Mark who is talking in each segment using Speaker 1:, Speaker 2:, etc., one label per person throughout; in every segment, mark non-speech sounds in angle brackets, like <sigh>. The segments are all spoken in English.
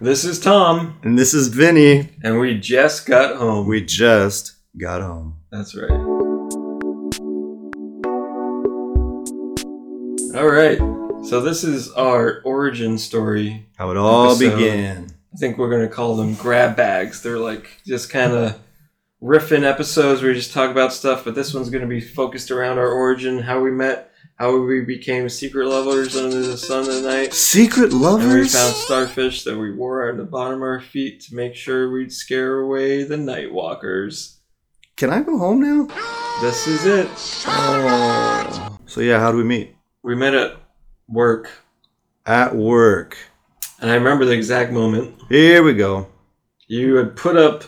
Speaker 1: This is Tom,
Speaker 2: And this is Vinny.
Speaker 1: and we just got home.
Speaker 2: We just got home.
Speaker 1: That's right. All right. So this is our origin story.
Speaker 2: How it all
Speaker 1: Episode.
Speaker 2: began.
Speaker 1: I think we're gonna call them grab bags. They're like just kind of riffing episodes where we just talk about stuff, but this one's gonna be focused around our origin, how we met, how we became secret lovers under the sun at night.
Speaker 2: Secret
Speaker 1: And we
Speaker 2: lovers?
Speaker 1: found starfish that we wore on the bottom of our feet to make sure we'd scare away the night walkers.
Speaker 2: Can I go home now?
Speaker 1: This is it.
Speaker 2: Oh. So, yeah, how do we meet?
Speaker 1: We met at work,
Speaker 2: At work.
Speaker 1: and I remember the exact moment.
Speaker 2: Here we go.
Speaker 1: You had put up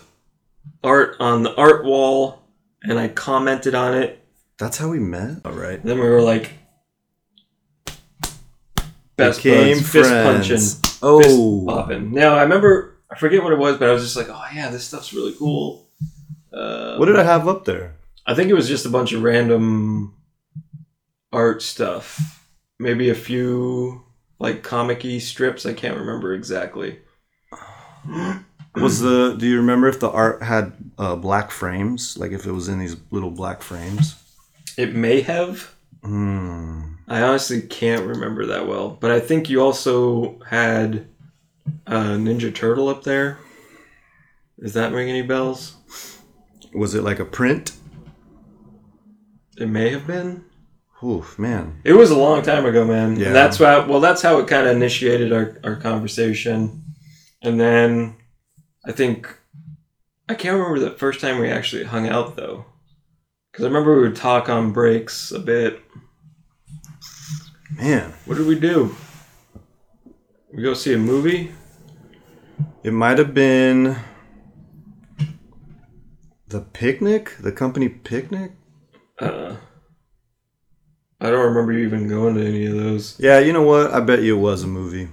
Speaker 1: art on the art wall, and I commented on it.
Speaker 2: That's how we met? All right.
Speaker 1: And then we were like, best
Speaker 2: Became
Speaker 1: buds, fist
Speaker 2: friends.
Speaker 1: punching. fist
Speaker 2: Oh.
Speaker 1: popping. Now I remember, I forget what it was, but I was just like, oh yeah, this stuff's really cool. Uh,
Speaker 2: What did I have up there?
Speaker 1: I think it was just a bunch of random art stuff. Maybe a few like comic-y strips. I can't remember exactly.
Speaker 2: Was the do you remember if the art had uh, black frames? Like if it was in these little black frames?
Speaker 1: It may have.
Speaker 2: Hmm.
Speaker 1: I honestly can't remember that well. But I think you also had a Ninja Turtle up there. Does that ring any bells?
Speaker 2: Was it like a print?
Speaker 1: It may have been.
Speaker 2: Oof, man.
Speaker 1: It was a long time ago, man.
Speaker 2: Yeah.
Speaker 1: And that's why well that's how it kind of initiated our, our conversation. And then I think I can't remember the first time we actually hung out though. Cuz I remember we would talk on breaks a bit.
Speaker 2: Man.
Speaker 1: What did we do? We go see a movie?
Speaker 2: It might have been the picnic, the company picnic.
Speaker 1: Uh I don't remember you even going to any of those.
Speaker 2: Yeah, you know what? I bet you it was a movie.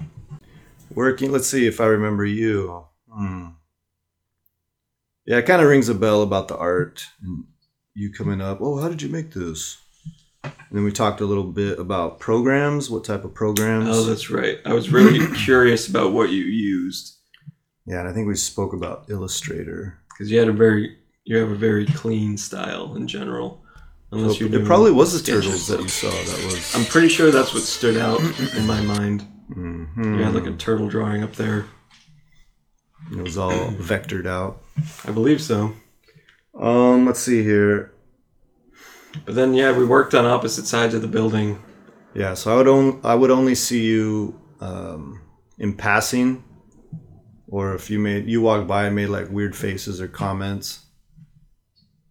Speaker 2: Working. Let's see if I remember you. Hmm. Yeah, it kind of rings a bell about the art and you coming up. Oh, how did you make this? And then we talked a little bit about programs. What type of programs?
Speaker 1: Oh, that's right. I was really
Speaker 2: <clears throat>
Speaker 1: curious about what you used
Speaker 2: yeah, and I think we spoke about Illustrator.
Speaker 1: cuz you had a very you have a very clean style in general. Unless
Speaker 2: So
Speaker 1: you're
Speaker 2: it
Speaker 1: doing-
Speaker 2: probably was the
Speaker 1: sketches.
Speaker 2: turtles that you saw. That was.
Speaker 1: I'm pretty sure that's what stood out in my mind.
Speaker 2: Mhm.
Speaker 1: You had like a turtle drawing up there.
Speaker 2: it was all vectored out.
Speaker 1: I believe so.
Speaker 2: Um, let's see here.
Speaker 1: But then, yeah, we worked on opposite sides of the building.
Speaker 2: Yeah, so I would only I would only see you um, in passing, or if you made you walked by and made like weird faces or comments.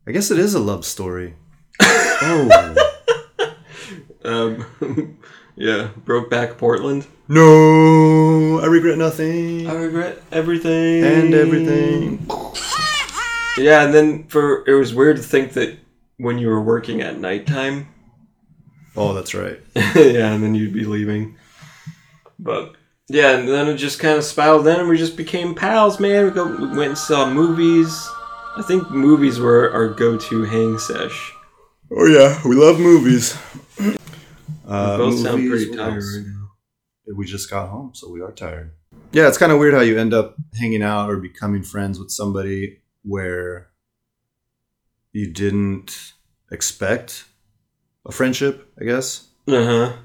Speaker 2: I guess it is a love
Speaker 1: <laughs>
Speaker 2: story. oh
Speaker 1: Um, <laughs> yeah, broke back Portland.
Speaker 2: no! I regret nothing
Speaker 1: I regret everything
Speaker 2: and everything.
Speaker 1: Yeah, and then for it was weird to think that when you were working at nighttime. <laughs>
Speaker 2: Oh, that's right.
Speaker 1: yeah, and then you'd be leaving. But yeah, and then it just kind of spiraled in, and we just became pals, man. We, go, we went and saw movies. I think movies were our go-to hang sesh.
Speaker 2: Oh yeah, we love movies.
Speaker 1: We
Speaker 2: Uh,
Speaker 1: both sound
Speaker 2: movies,
Speaker 1: pretty
Speaker 2: what
Speaker 1: tired
Speaker 2: else?
Speaker 1: right now.
Speaker 2: we just got home, so we are tired. Yeah, it's kind of weird how you end up hanging out or becoming friends with somebody where you didn't expect a friendship, I guess.
Speaker 1: Uh huh.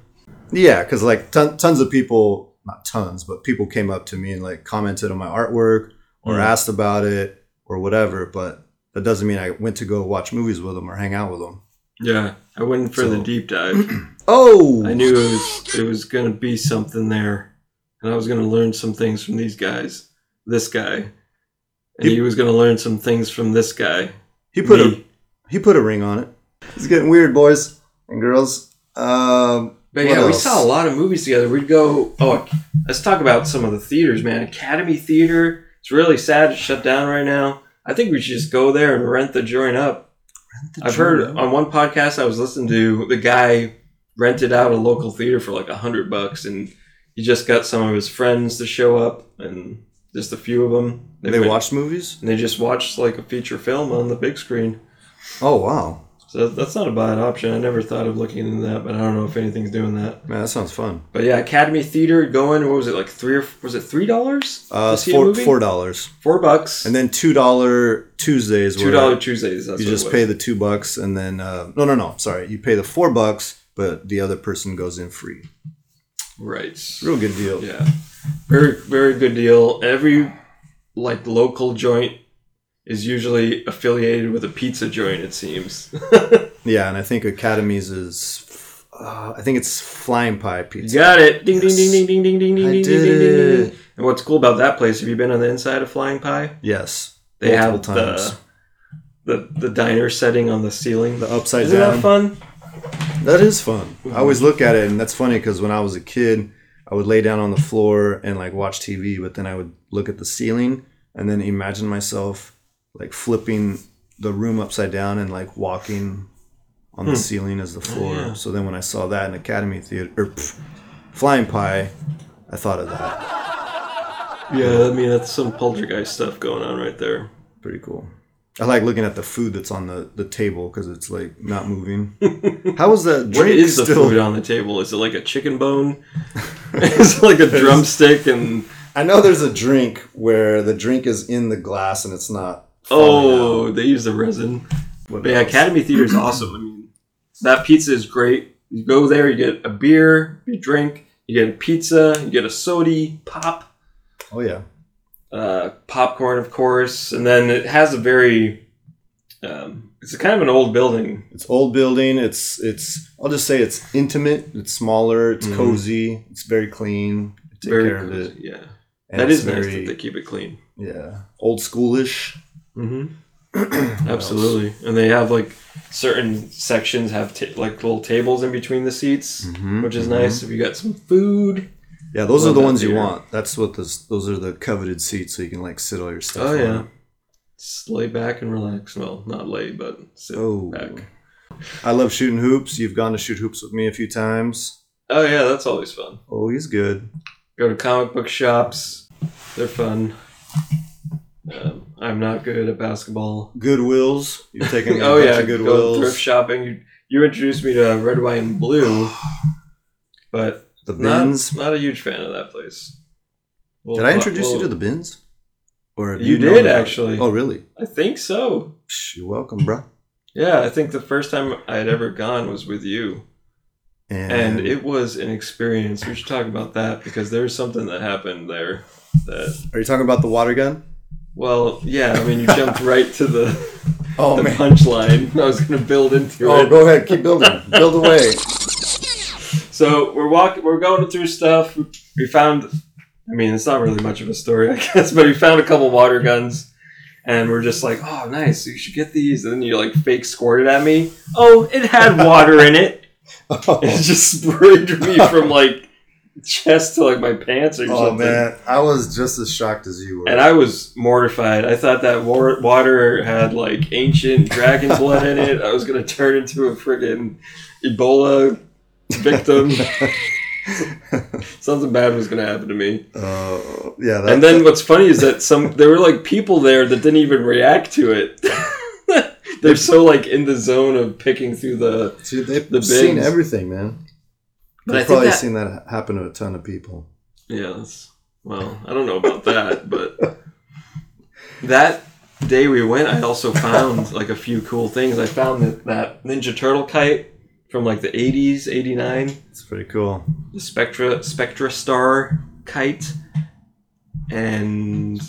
Speaker 2: Yeah, because like ton- tons of people, not tons, but people came up to me and like commented on my artwork or
Speaker 1: Mhm.
Speaker 2: asked about it or whatever, but that doesn't mean I went to go watch movies with them or hang out with them.
Speaker 1: Yeah, I went in for the
Speaker 2: So-
Speaker 1: deep dive.
Speaker 2: Oh!
Speaker 1: I knew it was it was gonna be something there, and I was gonna learn some things from these guys. This guy, and
Speaker 2: You-
Speaker 1: he was gonna learn some things from this guy.
Speaker 2: He put a
Speaker 1: me.
Speaker 2: He put a ring on it. It's getting weird, boys and girls. Um,
Speaker 1: But
Speaker 2: What
Speaker 1: yeah, we
Speaker 2: else?
Speaker 1: saw a lot of movies together. We'd go. Oh, let's talk about some of the theaters, man. Academy Theater. It's really sad it's shut down right now. I think we should just go there and rent the joint up. I've heard on one podcast I was listening to, the guy rented out a local theater for like a hundred bucks, and he just got some of his friends to show up, and just a few of them.
Speaker 2: they
Speaker 1: went-
Speaker 2: watched movies.
Speaker 1: And they just watched like a feature film on the big screen.
Speaker 2: Oh wow!
Speaker 1: So that's not a bad option. I never thought of looking into that, but I don't know if anything's doing that.
Speaker 2: Man, that sounds fun.
Speaker 1: But yeah, Academy Theater going. What was it like? Three or was it three dollars?
Speaker 2: Uh, four four dollars,
Speaker 1: four bucks,
Speaker 2: and then two dollar Tuesdays.
Speaker 1: two dollar Tuesdays. That's
Speaker 2: You
Speaker 1: what
Speaker 2: just
Speaker 1: it
Speaker 2: pay
Speaker 1: was.
Speaker 2: the two bucks, and then uh, no, no, no. Sorry, you pay the four bucks, but the other person goes in free.
Speaker 1: right.
Speaker 2: Real good deal.
Speaker 1: Yeah, very very good deal. Every like local joint is usually affiliated with a pizza joint. It seems.
Speaker 2: Yeah, and I think Academies is, uh, I think it's Flying Pie
Speaker 1: You
Speaker 2: Pizza.
Speaker 1: got it. Ding ding
Speaker 2: Yes.
Speaker 1: ding ding ding ding ding
Speaker 2: I
Speaker 1: ding ding
Speaker 2: did
Speaker 1: ding ding.
Speaker 2: it.
Speaker 1: ding. And what's cool about that place? Have you been on the inside of Flying Pie?
Speaker 2: Yes,
Speaker 1: They
Speaker 2: Multiple
Speaker 1: have
Speaker 2: times.
Speaker 1: the the the diner setting on the ceiling.
Speaker 2: the upside
Speaker 1: Isn't
Speaker 2: down.
Speaker 1: that fun?
Speaker 2: That is fun. I always look at it, and that's funny because when I was a kid, I would lay down on the floor and like watch TV, but then I would look at the ceiling and then imagine myself like flipping the room upside down and like walking on the ceiling as the floor.
Speaker 1: Hmm. yeah.
Speaker 2: So then when I saw that in Academy Theater, or pff, Flying Pie, I thought of that.
Speaker 1: Yeah, I mean that's some poltergeist stuff going on right there.
Speaker 2: Pretty cool. I like looking at the food that's on the, the table because it's like
Speaker 1: <laughs>
Speaker 2: not moving. How is that drink
Speaker 1: What is the
Speaker 2: still?
Speaker 1: food on the table? Is it like a chicken
Speaker 2: <laughs>
Speaker 1: bone? <laughs> is it like a drumstick and
Speaker 2: I know there's a drink where the drink is in the glass and it's not.
Speaker 1: oh, they use the resin. But yeah, Academy Theater is awesome. I mean, that pizza is great. You go there, you get a beer, you drink, you get a pizza, you get a soda, pop,
Speaker 2: Oh yeah.
Speaker 1: uh, popcorn, of course, and then it has a very. Um, it's kind of an old building.
Speaker 2: It's old building. It's it's. I'll just say it's intimate. It's smaller. It's
Speaker 1: Mhm.
Speaker 2: cozy. It's very clean. Take
Speaker 1: very
Speaker 2: care of
Speaker 1: cozy,
Speaker 2: it.
Speaker 1: Yeah,
Speaker 2: And
Speaker 1: that
Speaker 2: it's
Speaker 1: is nice that they keep it clean.
Speaker 2: yeah old schoolish.
Speaker 1: <clears throat> Mm-hmm. Absolutely, and they have like certain sections have ta- like little tables in between the seats,
Speaker 2: Mhm,
Speaker 1: which is
Speaker 2: mhm.
Speaker 1: nice. If you got some food,
Speaker 2: Yeah, those
Speaker 1: Love
Speaker 2: are the
Speaker 1: that
Speaker 2: ones you
Speaker 1: theater.
Speaker 2: want. That's what those those are the coveted seats, so you can like sit all your stuff.
Speaker 1: oh
Speaker 2: on
Speaker 1: yeah,
Speaker 2: it.
Speaker 1: just lay back and relax. Well, not lay, but sit
Speaker 2: Oh.
Speaker 1: back.
Speaker 2: I love shooting hoops. You've gone to shoot hoops with me a few times.
Speaker 1: Oh yeah, that's always fun.
Speaker 2: Oh, he's good.
Speaker 1: Go to comic book shops; they're fun. Um, I'm not good at basketball.
Speaker 2: Goodwills.
Speaker 1: <laughs>
Speaker 2: You've taken.
Speaker 1: Oh yeah,
Speaker 2: Goodwills.
Speaker 1: go thrift shopping. You, you introduced me to red, white, and blue, but
Speaker 2: The
Speaker 1: Not,
Speaker 2: bins.
Speaker 1: not a huge fan of that place. Well,
Speaker 2: Did I introduce you
Speaker 1: well,
Speaker 2: to the bins? Or have
Speaker 1: You
Speaker 2: known
Speaker 1: did,
Speaker 2: about it?
Speaker 1: actually.
Speaker 2: Oh, really?
Speaker 1: I think so.
Speaker 2: Psh, You're welcome, bro.
Speaker 1: Yeah, I think the first time I had ever gone was with you, and it was an experience. We should talk about that because there's something that happened there. That
Speaker 2: are you talking about the water gun?
Speaker 1: well, yeah, I mean, you
Speaker 2: <laughs>
Speaker 1: jumped right to the,
Speaker 2: Oh
Speaker 1: the
Speaker 2: <laughs>
Speaker 1: punchline. I was going to build into it.
Speaker 2: go ahead,
Speaker 1: <laughs>
Speaker 2: keep building, build away.
Speaker 1: So we're walking, we're going through stuff. We found, I mean, it's not really much of a story, <laughs> I guess, but we found a couple water guns, and we're just like, oh, nice, you should get these. And then you like fake squirted at me. Oh, it had water in it. <laughs>
Speaker 2: Oh,
Speaker 1: It just sprayed me from like chest to like my pants or
Speaker 2: oh
Speaker 1: something.
Speaker 2: man, I was just as shocked as you were.
Speaker 1: And I was mortified. I thought that war- water had like ancient dragon blood in it. I was gonna turn into a friggin' Ebola
Speaker 2: <laughs>
Speaker 1: victim. Something bad was gonna happen to me.
Speaker 2: uh, yeah, that,
Speaker 1: And then what's funny is that some there were like people there that didn't even react to it. <laughs> They're so like in the zone of picking through the.
Speaker 2: Dude, they've
Speaker 1: the
Speaker 2: seen
Speaker 1: bins.
Speaker 2: everything, man.
Speaker 1: But I
Speaker 2: They've
Speaker 1: think
Speaker 2: probably
Speaker 1: that-
Speaker 2: seen that happen to a ton of people.
Speaker 1: Yeah, that's, well, I don't know about that, but that day we went, I also found like a few cool things. I found that, that Ninja Turtle kite from like the 80s, 89,
Speaker 2: It's pretty cool.
Speaker 1: the Spectra Spectra Star kite, and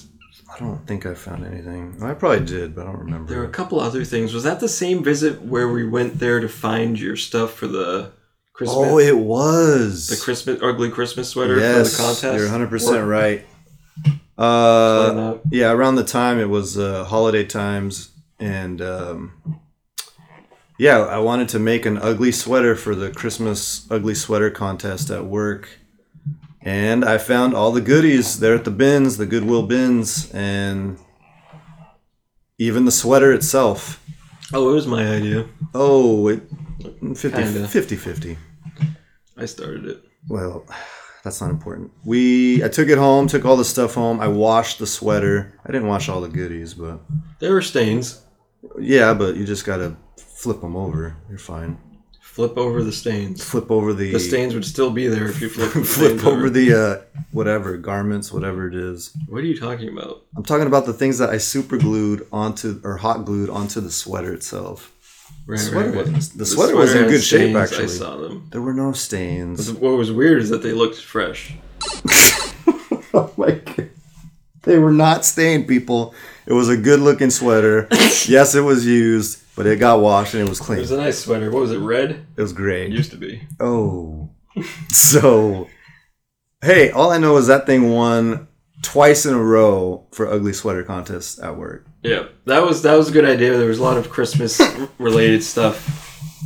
Speaker 2: I don't think I found anything. I probably did, but I don't remember.
Speaker 1: there were a couple other things. Was that the same visit where we went there to find your stuff for the Christmas?
Speaker 2: oh, it was
Speaker 1: the Christmas ugly Christmas sweater for the contest.
Speaker 2: You're 100 percent
Speaker 1: Or-
Speaker 2: right. Uh,
Speaker 1: Or not.
Speaker 2: yeah, around the time it was uh, holiday times, and um, yeah, I wanted to make an ugly sweater for the Christmas ugly sweater contest at work, and I found all the goodies there at the bins, the Goodwill bins, and even the sweater itself.
Speaker 1: Oh, it was my idea.
Speaker 2: Oh, it 50
Speaker 1: Kinda.
Speaker 2: 50 50.
Speaker 1: I started it.
Speaker 2: Well, that's not important. We I took it home, took all the stuff home. I washed the sweater. I didn't wash all the goodies, but
Speaker 1: There were stains.
Speaker 2: yeah, but you just gotta flip them over. You're fine.
Speaker 1: Flip over the stains.
Speaker 2: Flip over the
Speaker 1: The
Speaker 2: <laughs>
Speaker 1: stains would still be there if you flip, the stains
Speaker 2: flip over <laughs> the uh, whatever garments, whatever it is.
Speaker 1: What are you talking about?
Speaker 2: I'm talking about the things that I super glued onto or hot glued onto the sweater itself.
Speaker 1: Right,
Speaker 2: The sweater
Speaker 1: right, right.
Speaker 2: was- the sweater was in
Speaker 1: had
Speaker 2: good shape,
Speaker 1: stains, I
Speaker 2: actually.
Speaker 1: saw them.
Speaker 2: There were no stains.
Speaker 1: What was weird is that they looked fresh.
Speaker 2: <laughs> oh my god. They were not stained, people. It was a good looking <laughs> sweater. yes, it was used, but it got washed and it was
Speaker 1: It
Speaker 2: clean.
Speaker 1: was a nice sweater. What was it? Red?
Speaker 2: It was
Speaker 1: It
Speaker 2: great.
Speaker 1: used to be. <laughs>
Speaker 2: Oh. So, hey, all I know is that thing won twice in a row for ugly sweater contest at work.
Speaker 1: Yeah, that was that was a good idea. There was a lot of Christmas related stuff.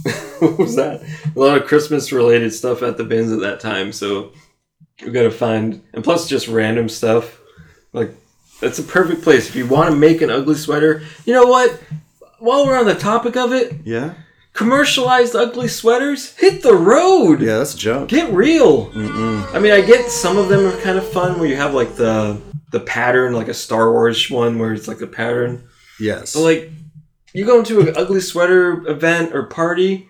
Speaker 1: <laughs> what was that? A lot of Christmas related stuff at the bins at that time. So we got to find, and plus just random stuff. Like that's a perfect place if you want to make an ugly sweater. You know what? While we're on the topic of it,
Speaker 2: Yeah?
Speaker 1: commercialized ugly sweaters hit the road.
Speaker 2: Yeah, that's a joke.
Speaker 1: Get real.
Speaker 2: Mm-mm.
Speaker 1: I mean, I get some of them are kind of fun where you have like the the pattern, like a Star Wars one where it's like the pattern.
Speaker 2: Yes.
Speaker 1: But like, you go into an ugly sweater event or party,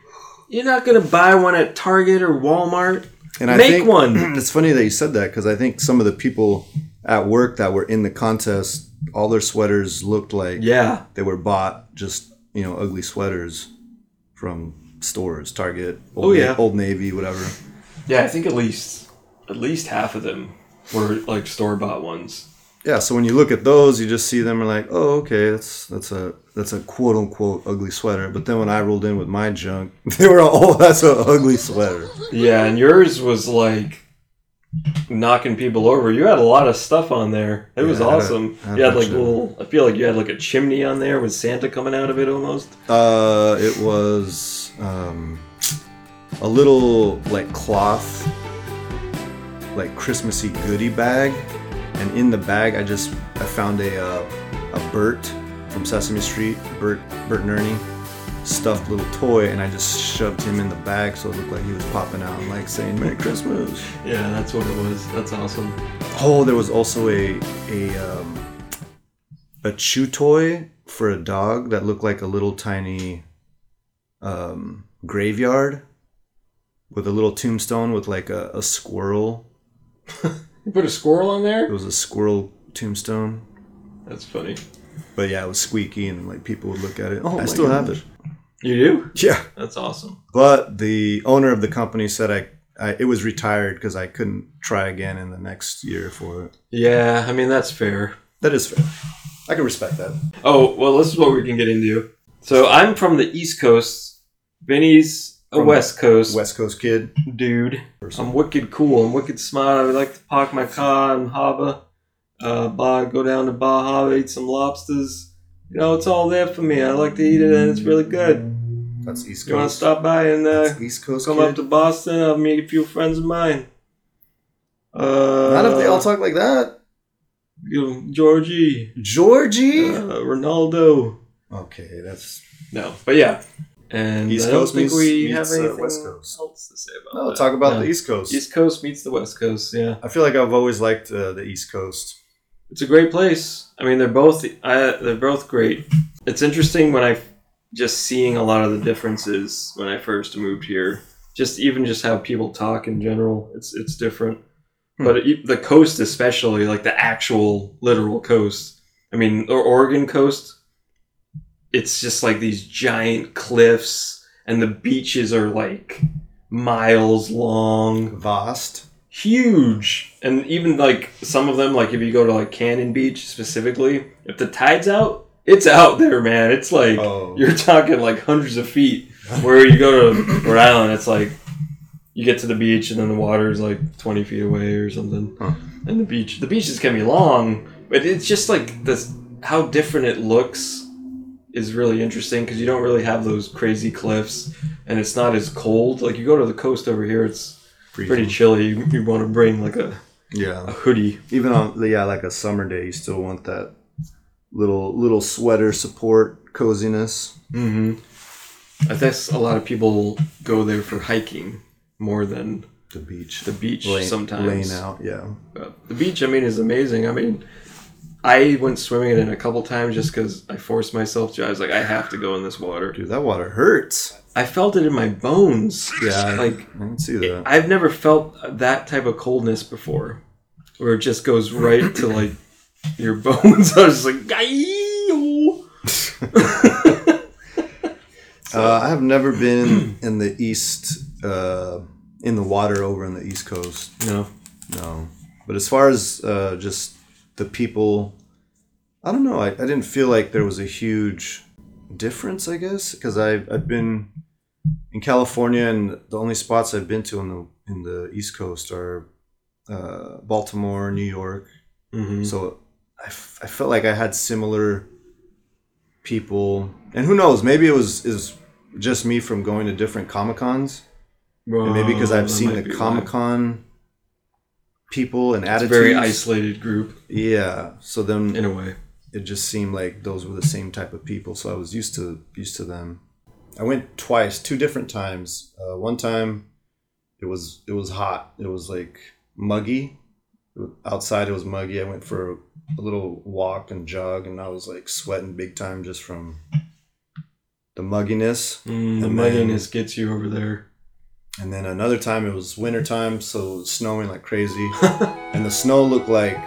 Speaker 1: you're not gonna buy one at Target or Walmart.
Speaker 2: And I
Speaker 1: Make
Speaker 2: think,
Speaker 1: one.
Speaker 2: <clears throat> It's funny that you said that because I think some of the people at work that were in the contest, all their sweaters looked like
Speaker 1: Yeah,
Speaker 2: they were bought just you know ugly sweaters from stores, Target, Old,
Speaker 1: Oh,
Speaker 2: Na-
Speaker 1: yeah.
Speaker 2: Old Navy, whatever.
Speaker 1: yeah. I think at least at least half of them were like store bought ones.
Speaker 2: Yeah. So when you look at those, you just see them and like, oh, okay, that's that's a that's a quote unquote ugly sweater. But then when I rolled in with my junk, <laughs> they were all, oh, that's an ugly sweater.
Speaker 1: Yeah, and yours was like knocking people over. You had a lot of stuff on there. It was
Speaker 2: Yeah, I had a-
Speaker 1: awesome.
Speaker 2: I had a
Speaker 1: you had like
Speaker 2: bunch of-
Speaker 1: little. I feel like you had like a chimney on there with Santa coming out of it almost.
Speaker 2: Uh, it was um, a little like cloth, like Christmassy goodie bag, and in the bag I just I found a uh, a Bert from Sesame Street, Bert Bert and Ernie, stuffed little toy, and I just shoved him in the bag so it looked like he was popping out and like saying Merry Christmas.
Speaker 1: Yeah, that's what it was. That's awesome.
Speaker 2: Oh, there was also a a um, a chew toy for a dog that looked like a little tiny um, graveyard with a little tombstone with like a, a squirrel.
Speaker 1: You put a squirrel on
Speaker 2: It
Speaker 1: there.
Speaker 2: was a squirrel tombstone,
Speaker 1: That's funny.
Speaker 2: but yeah, it was squeaky and like people would look at it.
Speaker 1: Oh
Speaker 2: I
Speaker 1: my
Speaker 2: still have
Speaker 1: gosh.
Speaker 2: it.
Speaker 1: You do?
Speaker 2: Yeah,
Speaker 1: That's awesome.
Speaker 2: but the owner of the company said I. I, it was retired because I couldn't try again in the next year for it.
Speaker 1: Yeah, I mean that's fair.
Speaker 2: That is fair. I can respect that.
Speaker 1: Oh, well, this is what we can get into. So I'm from the East Coast. Vinny's a
Speaker 2: From
Speaker 1: West Coast
Speaker 2: West Coast kid.
Speaker 1: dude. I'm wicked cool. I'm wicked smart. I would like to park my car in Harbor, uh, bar, go down to Bar Harbor, eat some lobsters. You know, it's all there for me. I like to eat it, and it's really good.
Speaker 2: That's East
Speaker 1: You want to
Speaker 2: Coast.
Speaker 1: stop by and uh,
Speaker 2: That's East Coast
Speaker 1: come
Speaker 2: kid.
Speaker 1: up to Boston? I'll meet a few friends of mine. Uh,
Speaker 2: Not if they all talk like that.
Speaker 1: you know, Georgie, uh,
Speaker 2: Georgie.
Speaker 1: Ronaldo.
Speaker 2: okay, that's.
Speaker 1: No, but yeah. And
Speaker 2: East
Speaker 1: I don't
Speaker 2: Coast
Speaker 1: think
Speaker 2: meets-
Speaker 1: we
Speaker 2: meets,
Speaker 1: have
Speaker 2: uh,
Speaker 1: anything
Speaker 2: West Coast.
Speaker 1: else to say about
Speaker 2: No,
Speaker 1: that.
Speaker 2: talk about
Speaker 1: No.
Speaker 2: the East Coast.
Speaker 1: East Coast meets the West Coast. Yeah,
Speaker 2: I feel like I've always liked uh, the East Coast.
Speaker 1: it's a great place. I mean, they're both I, they're both great. It's interesting when I just seeing a lot of the differences when I first moved here. Just even just how people talk in general, it's it's different.
Speaker 2: Hmm.
Speaker 1: But e the coast, especially like the actual literal coast. I mean, or Oregon coast. It's just like these giant cliffs, and the beaches are like miles long
Speaker 2: Vast.
Speaker 1: huge and even like some of them like if you go to like cannon beach specifically if the tide's out it's out there man it's like
Speaker 2: Oh.
Speaker 1: you're talking like hundreds of feet where you go
Speaker 2: <laughs>
Speaker 1: to rhode island it's like you get to the beach and then the water is like 20 feet away or something
Speaker 2: Huh.
Speaker 1: and the beach the beaches can be long but it's just like this how different it looks is really interesting because you don't really have those crazy cliffs and it's not as cold like you go to the coast over here it's pretty chilly. You, you want to bring like a, a
Speaker 2: Yeah.
Speaker 1: hoodie.
Speaker 2: Even on yeah, like a summer day, you still want that little little sweater support coziness.
Speaker 1: Mm-hmm. I guess a lot of people go there for hiking more than
Speaker 2: The beach.
Speaker 1: the beach
Speaker 2: Lay-
Speaker 1: sometimes.
Speaker 2: Laying out. Yeah.
Speaker 1: Uh, the beach, I mean, is amazing. I mean, I went swimming in it a couple times just because I forced myself to. I was like, I have to go in this water.
Speaker 2: Dude, that water hurts.
Speaker 1: I felt it in my bones.
Speaker 2: Yeah, I-
Speaker 1: Like
Speaker 2: I can see that.
Speaker 1: I've never felt that type of coldness before, where it just goes right to like your <laughs> bones. I was just like, "Ayo."
Speaker 2: Uh, I have never been in the east, uh, in the water over in the east coast.
Speaker 1: no,
Speaker 2: No, but as far as uh, just the people, I don't know. I, I didn't feel like there was a huge difference. I guess because I've I've been in California, and the only spots I've been to in the in the east coast are uh, Baltimore, New York,
Speaker 1: hmm
Speaker 2: so I, f- I felt like I had similar people, and who knows? Maybe it was is just me from going to different comic cons, and maybe because I've seen the comic con people and attitudes.
Speaker 1: very isolated group
Speaker 2: Yeah. So then
Speaker 1: in a way.
Speaker 2: it just seemed like those were the same type of people so i was used to used to them i went twice two different times uh, one time it was it was hot it was like muggy outside it was muggy i went for a, little walk and jog and i was like sweating big time just from the mugginess
Speaker 1: Mm, the
Speaker 2: And then-
Speaker 1: mugginess gets you over there.
Speaker 2: and then another time it was winter time so it was snowing like crazy and the snow looked like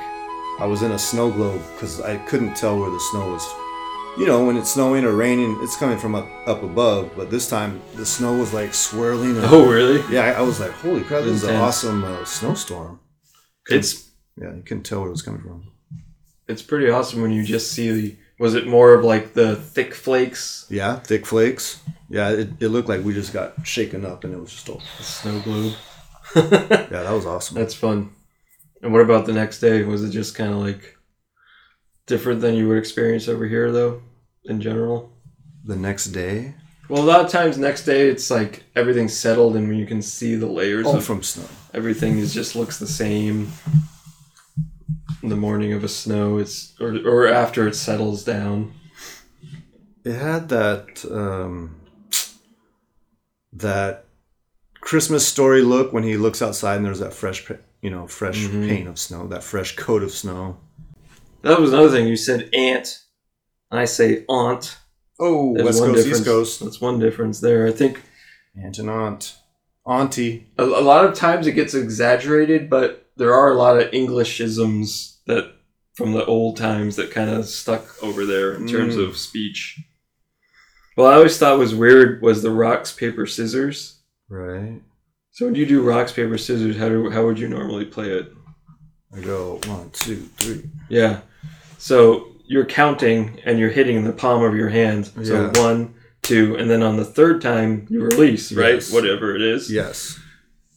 Speaker 2: I was in a snow globe because I couldn't tell where the snow was. You know, when it's snowing or raining, it's coming from up, up above, but this time the snow was like swirling. and-
Speaker 1: oh, really?
Speaker 2: Yeah, I, I was like, holy crap, this is an
Speaker 1: Intense.
Speaker 2: awesome uh, snowstorm.
Speaker 1: It's
Speaker 2: Yeah, you couldn't tell where it was coming from.
Speaker 1: it's pretty awesome when you just see the. Was it more of like the thick flakes,
Speaker 2: Yeah, thick flakes. Yeah, it, it looked like we just got shaken up and it was just, all,
Speaker 1: the snow globe?
Speaker 2: yeah, that was awesome.
Speaker 1: That's fun. And what about the next day? Was it just kind of like different than you would experience over here, though, in general?
Speaker 2: the next day?
Speaker 1: Well, a lot of times next day it's like everything's settled and you can see the layers
Speaker 2: Oh,
Speaker 1: of
Speaker 2: from snow.
Speaker 1: everything is just looks the same. In the morning of a snow, it's or or after it settles down.
Speaker 2: it had that um, that Christmas story look when he looks outside and there's that fresh, pa- you know, fresh
Speaker 1: Mhm.
Speaker 2: paint of snow, that fresh coat of snow.
Speaker 1: That was another thing you said, aunt. and I say aunt.
Speaker 2: Oh,
Speaker 1: There's
Speaker 2: West
Speaker 1: one
Speaker 2: Coast,
Speaker 1: difference.
Speaker 2: East Coast,
Speaker 1: That's one difference there. I think
Speaker 2: aunt and aunt, auntie.
Speaker 1: a, a lot of times it gets exaggerated, but there are a lot of Englishisms that from the old times that kind of stuck over there in terms
Speaker 2: Mm.
Speaker 1: of speech. Well, I always thought was weird was the rocks paper scissors.
Speaker 2: Right.
Speaker 1: So when you do rocks paper scissors, how do, how would you normally play it?
Speaker 2: I go one, two, three.
Speaker 1: Yeah. So you're counting and you're hitting the palm of your hand. So
Speaker 2: Yeah.
Speaker 1: one, two, and then on the third time you release, right?
Speaker 2: Yes.
Speaker 1: Whatever it is.
Speaker 2: Yes.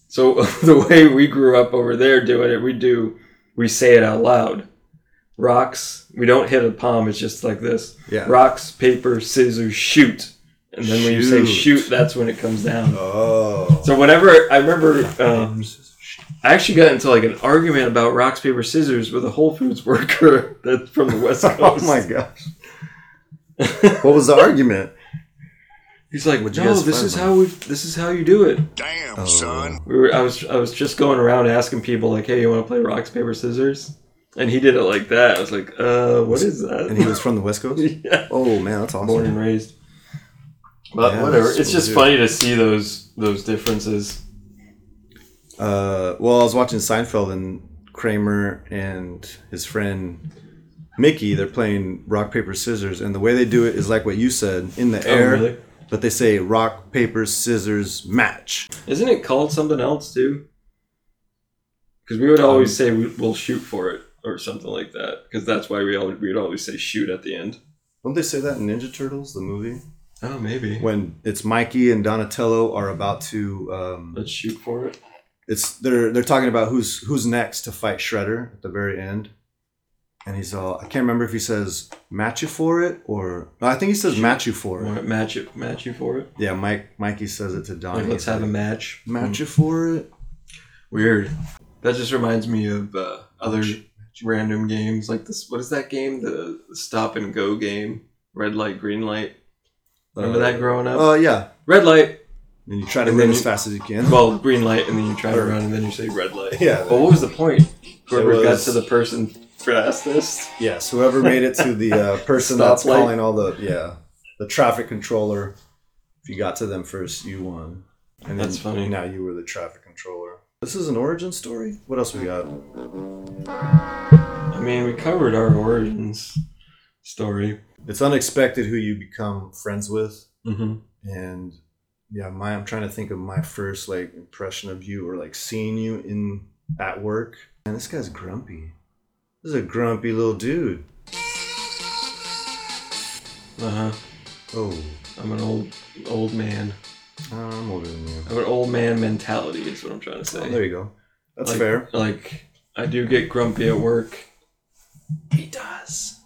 Speaker 1: So <laughs> the way we grew up over there doing it, we do we say it out loud. Rocks. We don't hit a palm. It's just like this.
Speaker 2: Yeah.
Speaker 1: Rocks, paper, scissors, shoot. And then when you say
Speaker 2: Shoot.
Speaker 1: shoot, that's when it comes down.
Speaker 2: Oh.
Speaker 1: So whenever I remember, um, I actually got into like an argument about rocks, paper, scissors with a Whole Foods worker <laughs> that's from the West
Speaker 2: <laughs> oh
Speaker 1: Coast.
Speaker 2: my gosh. what was <laughs> the argument?
Speaker 1: He's like,
Speaker 2: What'd you
Speaker 1: no,
Speaker 2: guys
Speaker 1: this
Speaker 2: fight
Speaker 1: is
Speaker 2: about?"
Speaker 1: how we, this is how you do it.
Speaker 3: Damn,
Speaker 2: Oh.
Speaker 3: son.
Speaker 1: We were, I was, I was just going around asking people like, hey, you want to play rocks, paper, scissors? And he did it like that. I was like, uh, what is that?
Speaker 2: Oh.
Speaker 1: <laughs>
Speaker 2: And he was from the West <laughs> Coast.
Speaker 1: yeah,
Speaker 2: Oh man, that's awesome.
Speaker 1: born and raised. But
Speaker 2: Yeah,
Speaker 1: whatever,
Speaker 2: that's
Speaker 1: it's
Speaker 2: what we
Speaker 1: just
Speaker 2: do.
Speaker 1: funny to see those those differences.
Speaker 2: Uh, well, I was watching Seinfeld and Kramer and his friend Mickey. They're playing rock paper scissors, and the way they do it is like what you said in the air.
Speaker 1: Oh, really?
Speaker 2: But they say rock paper scissors match.
Speaker 1: Isn't it called something else too? Because we would always say we, we'll shoot for it or something like that. Because that's why we all we'd always say shoot at the end.
Speaker 2: Don't they say that in Ninja Turtles the movie
Speaker 1: Oh, maybe.
Speaker 2: when it's Mikey and Donatello are about to? Um,
Speaker 1: Let's shoot for it.
Speaker 2: it's they're they're talking about who's who's next to fight Shredder at the very end. And he's all I can't remember if he says match you for it or no, I think he says match you for it.
Speaker 1: Want to match it? Match you for it?
Speaker 2: Yeah, Mike Mikey says it to Donnie.
Speaker 1: Like, let's have a match. Mm.
Speaker 2: match you for it.
Speaker 1: Weird. That just reminds me of uh, other random games like this. What is that game? The stop and Uh, go game. Red light, green light. Remember that growing up?
Speaker 2: Oh yeah,
Speaker 1: Red light,
Speaker 2: Then you try to
Speaker 1: And
Speaker 2: run
Speaker 1: then
Speaker 2: as
Speaker 1: you-
Speaker 2: fast as you
Speaker 1: <laughs>
Speaker 2: can.
Speaker 1: Well, oh. green light, and then you try to run, and then you say red light.
Speaker 2: <laughs> yeah,
Speaker 1: But what was the point? Whoever got
Speaker 2: was-
Speaker 1: to the person fastest.
Speaker 2: Yes, whoever made it to
Speaker 1: <laughs>
Speaker 2: the uh, person
Speaker 1: Stop
Speaker 2: that's
Speaker 1: light.
Speaker 2: calling all the yeah the traffic controller. If you got to them first, you won. And
Speaker 1: That's funny.
Speaker 2: Now you were the traffic controller. This is an origin story. What else we got?
Speaker 1: I mean, we covered our origins story.
Speaker 2: It's unexpected who you become friends with,
Speaker 1: Mm-hmm.
Speaker 2: and yeah, my I'm trying to think of my first like impression of you or like seeing you in at work. And this guy's grumpy. This is a grumpy little dude.
Speaker 1: Uh huh.
Speaker 2: Oh,
Speaker 1: I'm an old old man.
Speaker 2: I'm older than you.
Speaker 1: I'm an old man mentality is what I'm trying to
Speaker 2: Oh,
Speaker 1: say.
Speaker 2: there you go. That's
Speaker 1: Like-
Speaker 2: fair.
Speaker 1: Like I do get grumpy at work. He does.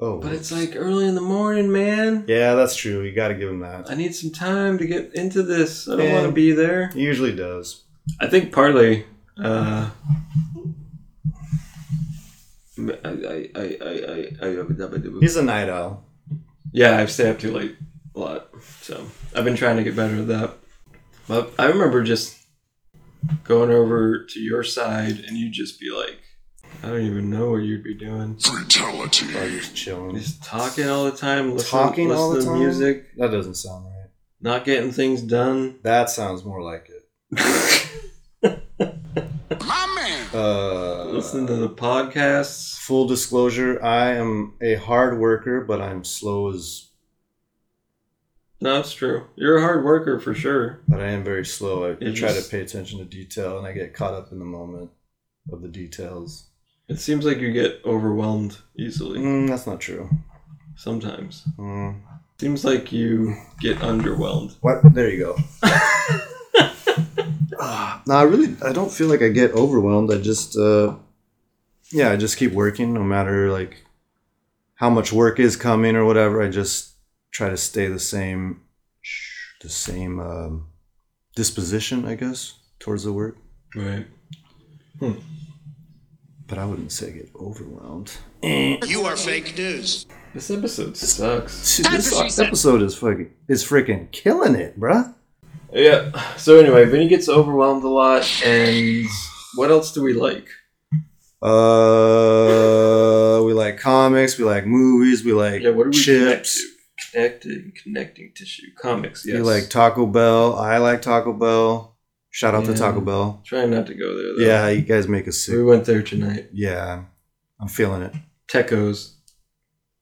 Speaker 2: Oh,
Speaker 1: But it's like early in the morning, man.
Speaker 2: Yeah, that's true. You got to give him that.
Speaker 1: I need some time to get into this. I don't
Speaker 2: Yeah.
Speaker 1: want to be there.
Speaker 2: He usually does.
Speaker 1: I think partly, uh, I, I, I, I, I, I,
Speaker 2: He's a night owl.
Speaker 1: yeah, I've stayed up too late a lot, so I've been trying to get better at that. But I remember just going over to your side, and you'd just be like, I don't even know what you'd be doing.
Speaker 2: Probably just chilling.
Speaker 1: Just talking all the time, listening,
Speaker 2: Talking
Speaker 1: listening
Speaker 2: all the
Speaker 1: to
Speaker 2: time?
Speaker 1: music,
Speaker 2: That doesn't sound right.
Speaker 1: not getting things done. <laughs>
Speaker 2: That sounds more like it.
Speaker 3: My man.
Speaker 2: Uh,
Speaker 1: listening to the podcasts.
Speaker 2: Full disclosure: I am a hard worker, but I'm slow as.
Speaker 1: No, it's true. You're a hard worker for sure.
Speaker 2: But I am very slow. I, I
Speaker 1: It
Speaker 2: try to
Speaker 1: just-
Speaker 2: pay attention to detail, and I get caught up in the moment of the details.
Speaker 1: It seems like you get overwhelmed easily
Speaker 2: Mm, that's not true.
Speaker 1: sometimes.
Speaker 2: Mm.
Speaker 1: Seems like you get underwhelmed.
Speaker 2: What?
Speaker 1: <laughs>
Speaker 2: There you go. Ah, no, I really I don't feel like I get overwhelmed. I just uh, yeah, I just keep working no matter like how much work is coming or whatever. I just try to stay the same the same um, disposition, I guess, towards the work.
Speaker 1: Right.
Speaker 2: But I wouldn't say I get overwhelmed.
Speaker 3: You are fake news.
Speaker 1: This episode sucks.
Speaker 2: Dude, this episode is fucking is freaking killing it, bruh.
Speaker 1: Yeah. So anyway, Vinny gets overwhelmed a lot, and what else do we like?
Speaker 2: Uh, we like comics, we like movies, we like
Speaker 1: Yeah. What do we
Speaker 2: chips.
Speaker 1: connect to? Connected, connecting tissue, comics. Yes.
Speaker 2: You like Taco Bell. I like Taco Bell. Shout out to
Speaker 1: Yeah.
Speaker 2: Taco Bell.
Speaker 1: Trying not to go there. Though.
Speaker 2: Yeah, you guys make us
Speaker 1: We
Speaker 2: sick.
Speaker 1: went there tonight.
Speaker 2: Yeah, I'm feeling it.
Speaker 1: Tecos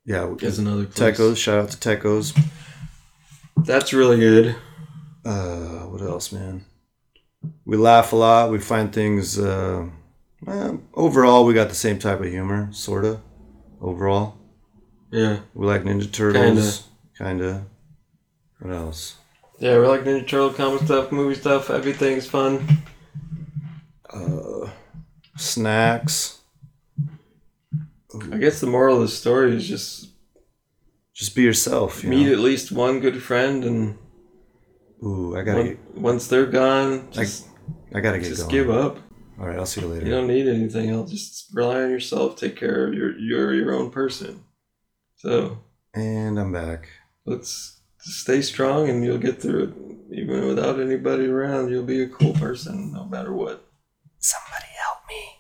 Speaker 2: Yeah,
Speaker 1: is another place.
Speaker 2: Tecos. Shout out to Tecos.
Speaker 1: That's really good.
Speaker 2: Uh, what else, man? We laugh a lot. We find things. Uh, eh, overall, we got the same type of humor, sorta. Overall,
Speaker 1: Yeah.
Speaker 2: we like Ninja Turtles. Kinda. What else?
Speaker 1: Yeah. We like Ninja Turtle comic stuff, movie stuff. Everything's fun.
Speaker 2: Uh, snacks.
Speaker 1: I guess the moral of the story is just
Speaker 2: Just be yourself. You
Speaker 1: meet
Speaker 2: know?
Speaker 1: at least one good friend, and
Speaker 2: Ooh, I gotta
Speaker 1: on-
Speaker 2: get.
Speaker 1: once they're gone, just,
Speaker 2: I gotta get
Speaker 1: just
Speaker 2: going.
Speaker 1: give up.
Speaker 2: All right, I'll see you later.
Speaker 1: You don't need anything else. Just rely on yourself. Take care of your you're your own person. So
Speaker 2: And I'm back.
Speaker 1: let's stay strong, and you'll get through it. Even without anybody around, you'll be a cool person no matter what.
Speaker 2: Somebody help me.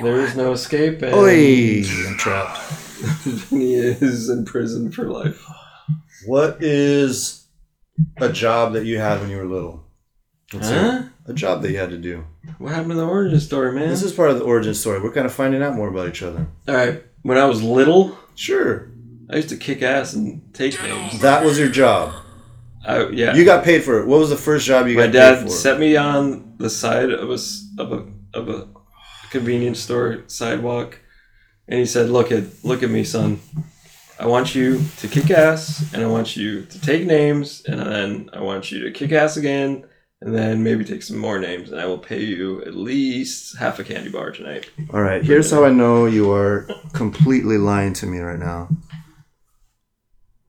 Speaker 1: There is no escape, and
Speaker 2: Oi! I'm trapped.
Speaker 1: <laughs> Vinny is in prison for life.
Speaker 2: What is a job that you had when you were little? Let's hear it.
Speaker 1: Huh?
Speaker 2: A job that you had to do.
Speaker 1: What happened to the origin story, man?
Speaker 2: This is part of the origin story. We're kind of finding out more about each other.
Speaker 1: All right. When I was little,
Speaker 2: Sure.
Speaker 1: I used to kick ass and take names.
Speaker 2: That was your job.
Speaker 1: I, yeah.
Speaker 2: You got paid for it. What was the first job you
Speaker 1: My
Speaker 2: got paid
Speaker 1: dad
Speaker 2: for?
Speaker 1: set me on the side of a s- of a of a convenience store sidewalk, and he said, "Look at look at me, son. I want you to kick ass, and I want you to take names, and then I want you to kick ass again, and then maybe take some more names, and I will pay you at least half a candy bar tonight."
Speaker 2: All right, here's how I know you are completely lying to me right now.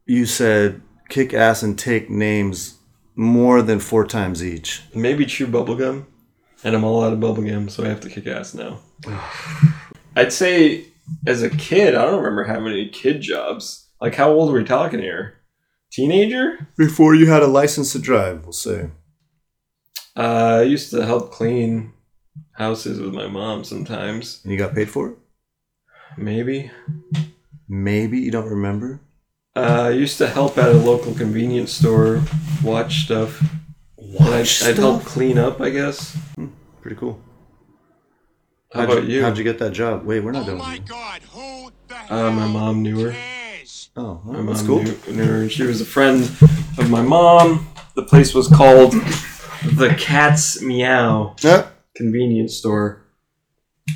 Speaker 2: You said kick ass and take names more than four times each.
Speaker 1: Maybe chew bubblegum, and I'm all out of bubblegum, so I have to kick ass now. <sighs> I'd say as a kid, I don't remember having any kid jobs. Like, how old are we talking here? Teenager?
Speaker 2: Before you had a license to drive, we'll say.
Speaker 1: Uh, I used to help clean houses with my mom sometimes.
Speaker 2: And you got paid for it?
Speaker 1: Maybe.
Speaker 2: Maybe you don't remember.
Speaker 1: Uh, I used to help at a local convenience store, watch stuff. And I'd, I'd help clean up, I guess.
Speaker 2: Pretty cool.
Speaker 1: How
Speaker 2: How'd
Speaker 1: about you?
Speaker 2: How'd you get that job? Wait, we're not
Speaker 3: Oh
Speaker 2: doing.
Speaker 3: my
Speaker 2: it.
Speaker 3: God, who the hell?
Speaker 1: Uh, my mom knew her.
Speaker 3: cares?
Speaker 2: Oh, well,
Speaker 1: My
Speaker 2: that's
Speaker 1: mom
Speaker 2: cool.
Speaker 1: knew, knew her, and she was a friend of my mom. The place was called the Cat's Meow
Speaker 2: Yeah.
Speaker 1: Convenience Store.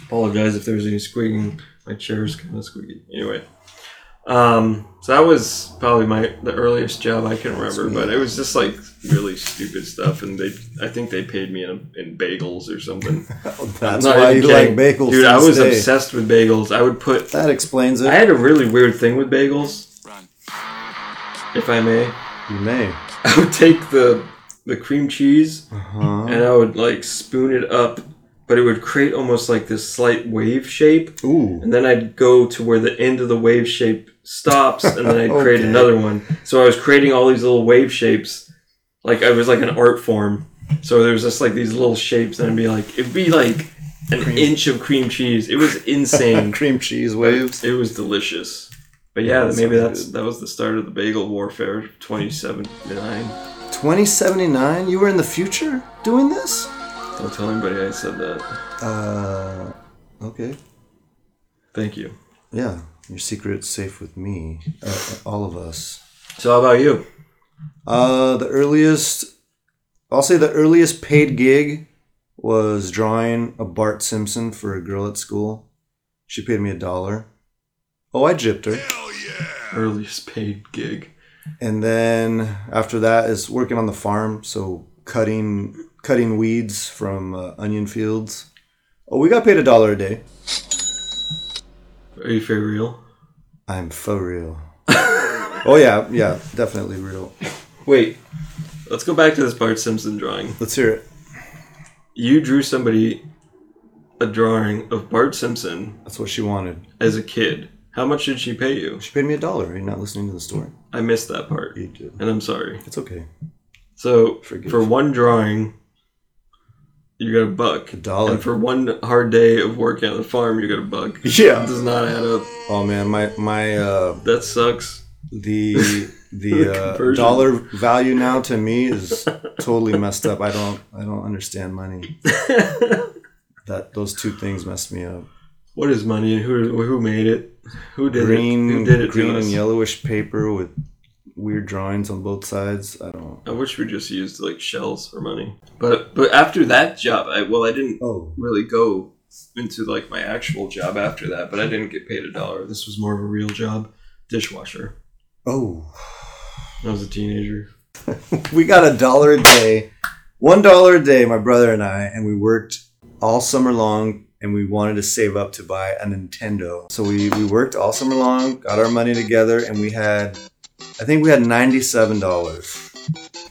Speaker 1: Apologize if there was any squeaking. My chair's kind of squeaky. Anyway, um, so that was probably my the earliest job I can remember, but it was just like really stupid stuff, and they I think they paid me in, in bagels or something.
Speaker 2: That's
Speaker 1: Not
Speaker 2: why you
Speaker 1: even kidding.
Speaker 2: like bagels.
Speaker 1: dude.
Speaker 2: to
Speaker 1: I
Speaker 2: this
Speaker 1: was
Speaker 2: day.
Speaker 1: obsessed with bagels. I would put
Speaker 2: That explains it.
Speaker 1: I had a really weird thing with bagels,
Speaker 3: Run.
Speaker 1: if I may. <laughs>
Speaker 2: you may.
Speaker 1: I would take the the cream cheese
Speaker 2: Uh-huh.
Speaker 1: and I would like spoon it up, but it would create almost like this slight wave shape,
Speaker 2: Ooh.
Speaker 1: and then I'd go to where the end of the wave shape stops, and then
Speaker 2: <laughs>
Speaker 1: I'd create
Speaker 2: Okay.
Speaker 1: another one. So I was creating all these little wave shapes, like I was like an art form. So there was just like these little shapes, and I'd be like, it'd be like an inch of cream cheese. It was insane.
Speaker 2: Cream cheese waves.
Speaker 1: It was delicious. But yeah,
Speaker 2: That
Speaker 1: maybe
Speaker 2: sounds
Speaker 1: that's that was the start of the bagel warfare. Twenty seven nine.
Speaker 2: 2079? You were in the future doing this?
Speaker 1: Don't tell anybody I said that.
Speaker 2: Uh, okay.
Speaker 1: Thank you.
Speaker 2: Yeah, your secret's safe with me. Uh, all of us.
Speaker 1: So how about you?
Speaker 2: Uh, the earliest, I'll say the earliest paid gig was drawing a Bart Simpson for a girl at school. She paid me a dollar. Oh, I gypped her.
Speaker 3: Hell yeah.
Speaker 1: Earliest paid gig.
Speaker 2: And then after that is working on the farm, so cutting cutting weeds from uh, onion fields. Oh, we got paid a dollar a day.
Speaker 1: Are you for real?
Speaker 2: I'm for real. <laughs> oh yeah, yeah, definitely real.
Speaker 1: Wait. Let's go back to this Bart Simpson drawing.
Speaker 2: Let's hear it.
Speaker 1: You drew somebody a drawing of Bart Simpson
Speaker 2: That's what she wanted.
Speaker 1: as a kid. How much did she pay you?
Speaker 2: She paid me a dollar. Are you not listening to the story?
Speaker 1: I missed that part.
Speaker 2: You did.
Speaker 1: And I'm sorry.
Speaker 2: It's okay.
Speaker 1: So
Speaker 2: Forgive.
Speaker 1: for one drawing you got a buck.
Speaker 2: A dollar.
Speaker 1: And for one hard day of working on the farm you got a buck. That
Speaker 2: Yeah.
Speaker 1: does not add up.
Speaker 2: Oh man, my my uh,
Speaker 1: That sucks. <laughs>
Speaker 2: the the uh,
Speaker 1: conversion.
Speaker 2: dollar value now to me is totally messed up. I don't I don't understand
Speaker 1: <laughs>
Speaker 2: money. That those two things messed me up.
Speaker 1: What is money and who who made it? Who did
Speaker 2: green
Speaker 1: it? Who did it to
Speaker 2: green and
Speaker 1: us?
Speaker 2: yellowish paper with weird drawings on both sides. I don't.
Speaker 1: I wish we just used like shells for money. But but after that job, I well I didn't
Speaker 2: Oh,
Speaker 1: really go into like my actual job after that, but I didn't get paid a dollar. This was more of a real job, dishwasher.
Speaker 2: oh.
Speaker 1: I was a teenager.
Speaker 2: we got a dollar a day, one dollar a day, my brother and I, and we worked all summer long. And we wanted to save up to buy a Nintendo, so we we worked all summer long, got our money together, and we had, I think we had ninety seven dollars.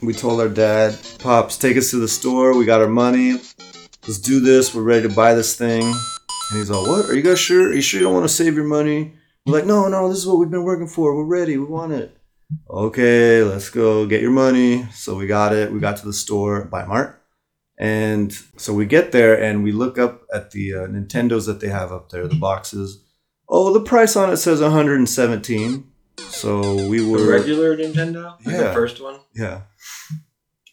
Speaker 2: We told our dad, "Pops, take us to the store. We got our money. Let's do this. We're ready to buy this thing." And he's all, "What? Are you guys sure? Are you sure you don't want to save your money?" We're like, "No, no. This is what we've been working for. We're ready. We want it." okay, let's go get your money. So we got it. We got to the store by Mart. And so we get there and we look up at the uh, Nintendos that they have up there, the boxes. Oh, the price on it says 117. So we
Speaker 1: The
Speaker 2: were
Speaker 1: regular Nintendo, like the
Speaker 2: Yeah.
Speaker 1: first one,
Speaker 2: yeah.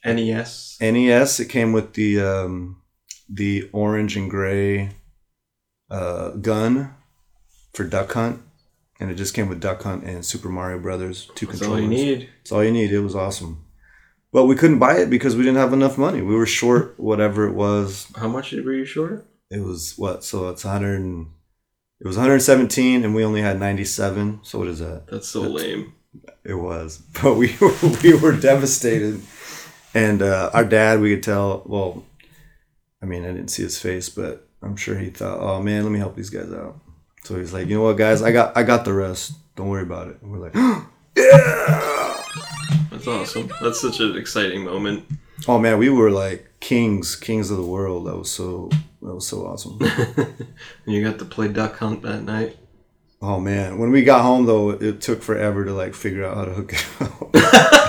Speaker 1: E NES.
Speaker 2: NES E it came with the um, the orange and gray uh, gun for Duck Hunt and it just came with Duck Hunt and Super Mario Brothers two
Speaker 1: That's all
Speaker 2: controllers.
Speaker 1: you need.
Speaker 2: It's all you need. It was awesome. But we couldn't buy it because we didn't have enough money. We were short whatever it was.
Speaker 1: How much were you short?
Speaker 2: It was what? So it's 100 and, it was 117 and we only had 97. So what is that?
Speaker 1: That's so
Speaker 2: That's-
Speaker 1: lame.
Speaker 2: It was. <laughs> But we were, we were devastated. And uh, our dad, we could tell, well, I mean, I didn't see his face, but I'm sure he thought, "Oh man, let me help these guys out." So he's like, "You know what, guys? I got I got the rest. Don't worry about it." And we're like, <gasps> "Yeah!"
Speaker 1: That's awesome. That's such an exciting moment. <laughs>
Speaker 2: Oh man, we were like kings, kings of the world. That was so that was so awesome. <laughs>
Speaker 1: And you got to play Duck Hunt that night.
Speaker 2: Oh man, when we got home though, it took forever to like figure out how to hook it up. <laughs>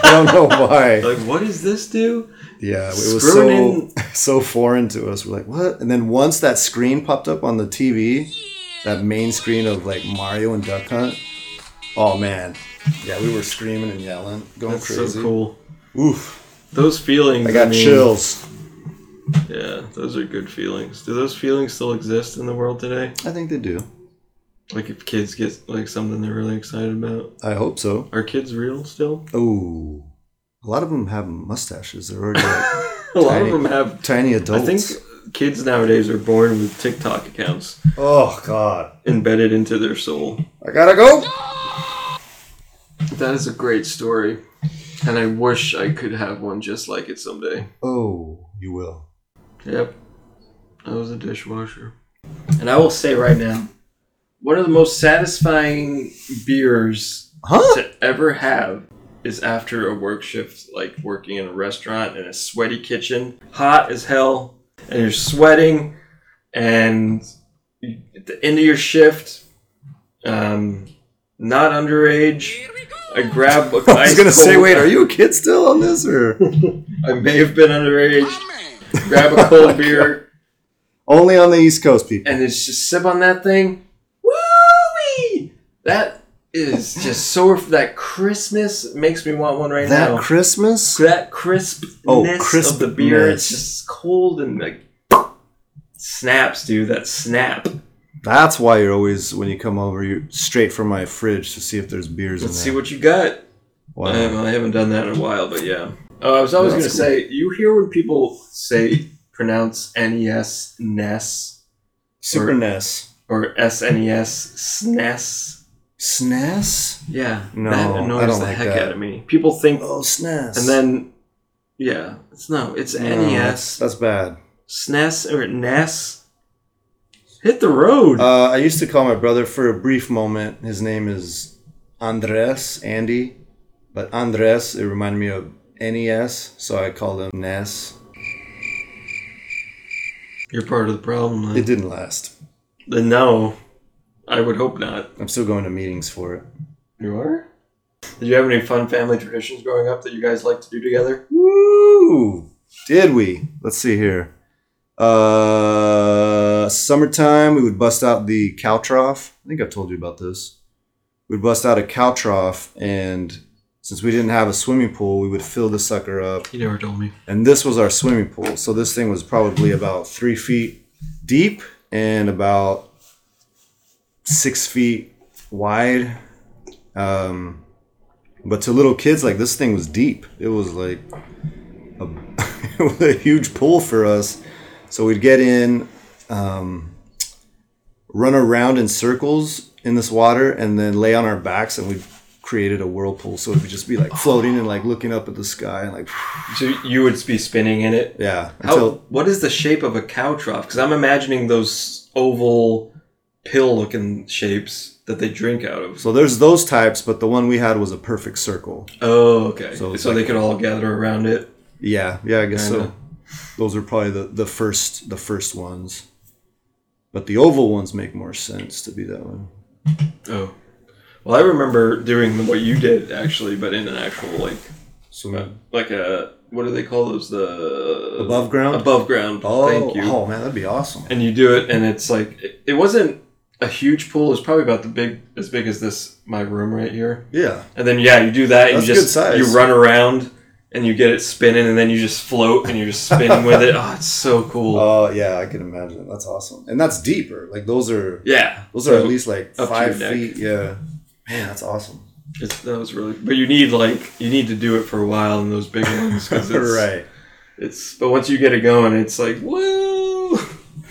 Speaker 2: I don't know why.
Speaker 1: Like, what does this do?
Speaker 2: Yeah, it was so
Speaker 1: Screwing
Speaker 2: <laughs> so foreign to us. We're like, what? And then once that screen popped up on the TV, that main screen of like Mario and Duck Hunt. Oh man, yeah, we were screaming and yelling, going
Speaker 1: That's
Speaker 2: crazy.
Speaker 1: so cool.
Speaker 2: Oof,
Speaker 1: Those feelings.
Speaker 2: I got
Speaker 1: mean,
Speaker 2: chills.
Speaker 1: Yeah, those are good feelings. Do those feelings still exist in the world today?
Speaker 2: I think they do.
Speaker 1: Like, if kids get like something they're really excited about,
Speaker 2: I hope so.
Speaker 1: are kids real still?
Speaker 2: Oh, a lot of them have mustaches. They're already like,
Speaker 1: <laughs> A lot
Speaker 2: Tiny.
Speaker 1: of them have.
Speaker 2: tiny
Speaker 1: I
Speaker 2: adults.
Speaker 1: think kids nowadays are born with TikTok accounts
Speaker 2: Oh God,
Speaker 1: embedded into their soul.
Speaker 2: I gotta go.
Speaker 1: That is a great story, and I wish I could have one just like it someday.
Speaker 2: Oh, you will.
Speaker 1: Yep. I was a dishwasher. And I will say right now, one of the most satisfying beers
Speaker 2: Huh? <laughs>
Speaker 1: to ever have is after a work shift, like working in a restaurant in a sweaty kitchen, hot as hell, and you're sweating, and you- at the end of your shift, um, not underage. I grab a
Speaker 2: <laughs> I was gonna say, wait, are you a kid still on this
Speaker 1: <laughs>
Speaker 2: or
Speaker 1: I may have been underage.
Speaker 3: My
Speaker 1: <laughs>
Speaker 3: man.
Speaker 1: Grab a cold
Speaker 2: <laughs>
Speaker 1: beer. <laughs>
Speaker 2: only on the East Coast, people?
Speaker 1: and it's just sip on that thing. Woo! That is just so. <laughs> That crispness makes me want one right
Speaker 2: That
Speaker 1: now.
Speaker 2: Christmas?
Speaker 1: that crispness
Speaker 2: Oh,
Speaker 1: of the beer.
Speaker 2: crispness.
Speaker 1: It's just cold and like snaps, dude. That snap.
Speaker 2: That's why you're always when you come over, you're straight from my fridge to see if there's beers
Speaker 1: Let's see um,
Speaker 2: in there.
Speaker 1: what you got.
Speaker 2: Wow.
Speaker 1: I, haven't, I haven't done that in a while, but yeah. Oh, I was always
Speaker 2: That's
Speaker 1: gonna say. You hear when people say pronounce E NES NES
Speaker 2: Super E
Speaker 1: or-
Speaker 2: NES.
Speaker 1: or E SNES SNES.
Speaker 2: E SNES?
Speaker 1: Yeah,
Speaker 2: No,
Speaker 1: that
Speaker 2: I
Speaker 1: annoys
Speaker 2: don't
Speaker 1: the
Speaker 2: like
Speaker 1: heck
Speaker 2: that.
Speaker 1: out of me. People think,
Speaker 2: Oh, SNES.
Speaker 1: and then, E yeah, it's no, it's
Speaker 2: No,
Speaker 1: NES,
Speaker 2: Oh, That's bad.
Speaker 1: SNES E or NES. Hit the road.
Speaker 2: Uh, I used to call my brother for a brief moment. His name is Andres, Andy. But Andres, it reminded me of NES, so I called him E NES.
Speaker 1: You're part of the problem.
Speaker 2: It
Speaker 1: Then.
Speaker 2: didn't last.
Speaker 1: Then no, I would hope not.
Speaker 2: I'm still going to meetings for it.
Speaker 1: You are. Did you have any fun family traditions growing up that you guys like to do together?
Speaker 2: Woo! Did we? Let's see here. Uh, summertime, we would bust out the cow trough. I think I've told you about this. We'd bust out a cow trough, and since we didn't have a swimming pool, we would fill the sucker up.
Speaker 1: You never told me.
Speaker 2: And this was our swimming pool. So this thing was probably about three feet deep and about six feet wide. Um, but to little kids, like this thing was deep. It was like a, <laughs> it was a huge pool for us. So we'd get in, um, run around in circles in this water, and then lay on our backs, and we created a whirlpool. So it would just be like floating and like looking up at the sky and like,
Speaker 1: So you would be spinning in it.
Speaker 2: yeah.
Speaker 1: How? what is the shape of a cow trough? Because I'm imagining those oval pill-looking shapes that they drink out of.
Speaker 2: So there's those types, but the one we had was a perfect circle.
Speaker 1: Oh, okay.
Speaker 2: So
Speaker 1: So,
Speaker 2: it's
Speaker 1: they
Speaker 2: like-
Speaker 1: could all gather around it.
Speaker 2: Yeah, yeah, I guess so.
Speaker 1: Kinda.
Speaker 2: Those are probably the, the first the first ones. But the oval ones make more sense to be that one.
Speaker 1: Oh. Well, I remember doing what you did actually, but in an actual like
Speaker 2: So
Speaker 1: like a what do they call those the
Speaker 2: above ground.
Speaker 1: above ground.
Speaker 2: Oh,
Speaker 1: Thank you.
Speaker 2: oh man, that'd be awesome.
Speaker 1: And you do it, and it's like it, it wasn't a huge pool. It's probably about the big as big as this my room right here.
Speaker 2: Yeah,
Speaker 1: And then yeah, you do that. and
Speaker 2: That's
Speaker 1: you
Speaker 2: good
Speaker 1: just
Speaker 2: size.
Speaker 1: you run around and you get it spinning, and then you just float and you're just spinning with
Speaker 2: <laughs>
Speaker 1: it. Oh, it's so cool.
Speaker 2: Oh yeah, I can imagine. That's awesome, and that's deeper. Like those are
Speaker 1: yeah,
Speaker 2: those are at
Speaker 1: So-
Speaker 2: least like
Speaker 1: up to
Speaker 2: five
Speaker 1: your neck.
Speaker 2: feet. Yeah, man, that's awesome.
Speaker 1: It's, that was really, but you need like you need to do it for a while in those big ones
Speaker 2: <laughs>
Speaker 1: because it's
Speaker 2: right.
Speaker 1: it's. But once you get it going, it's like woo.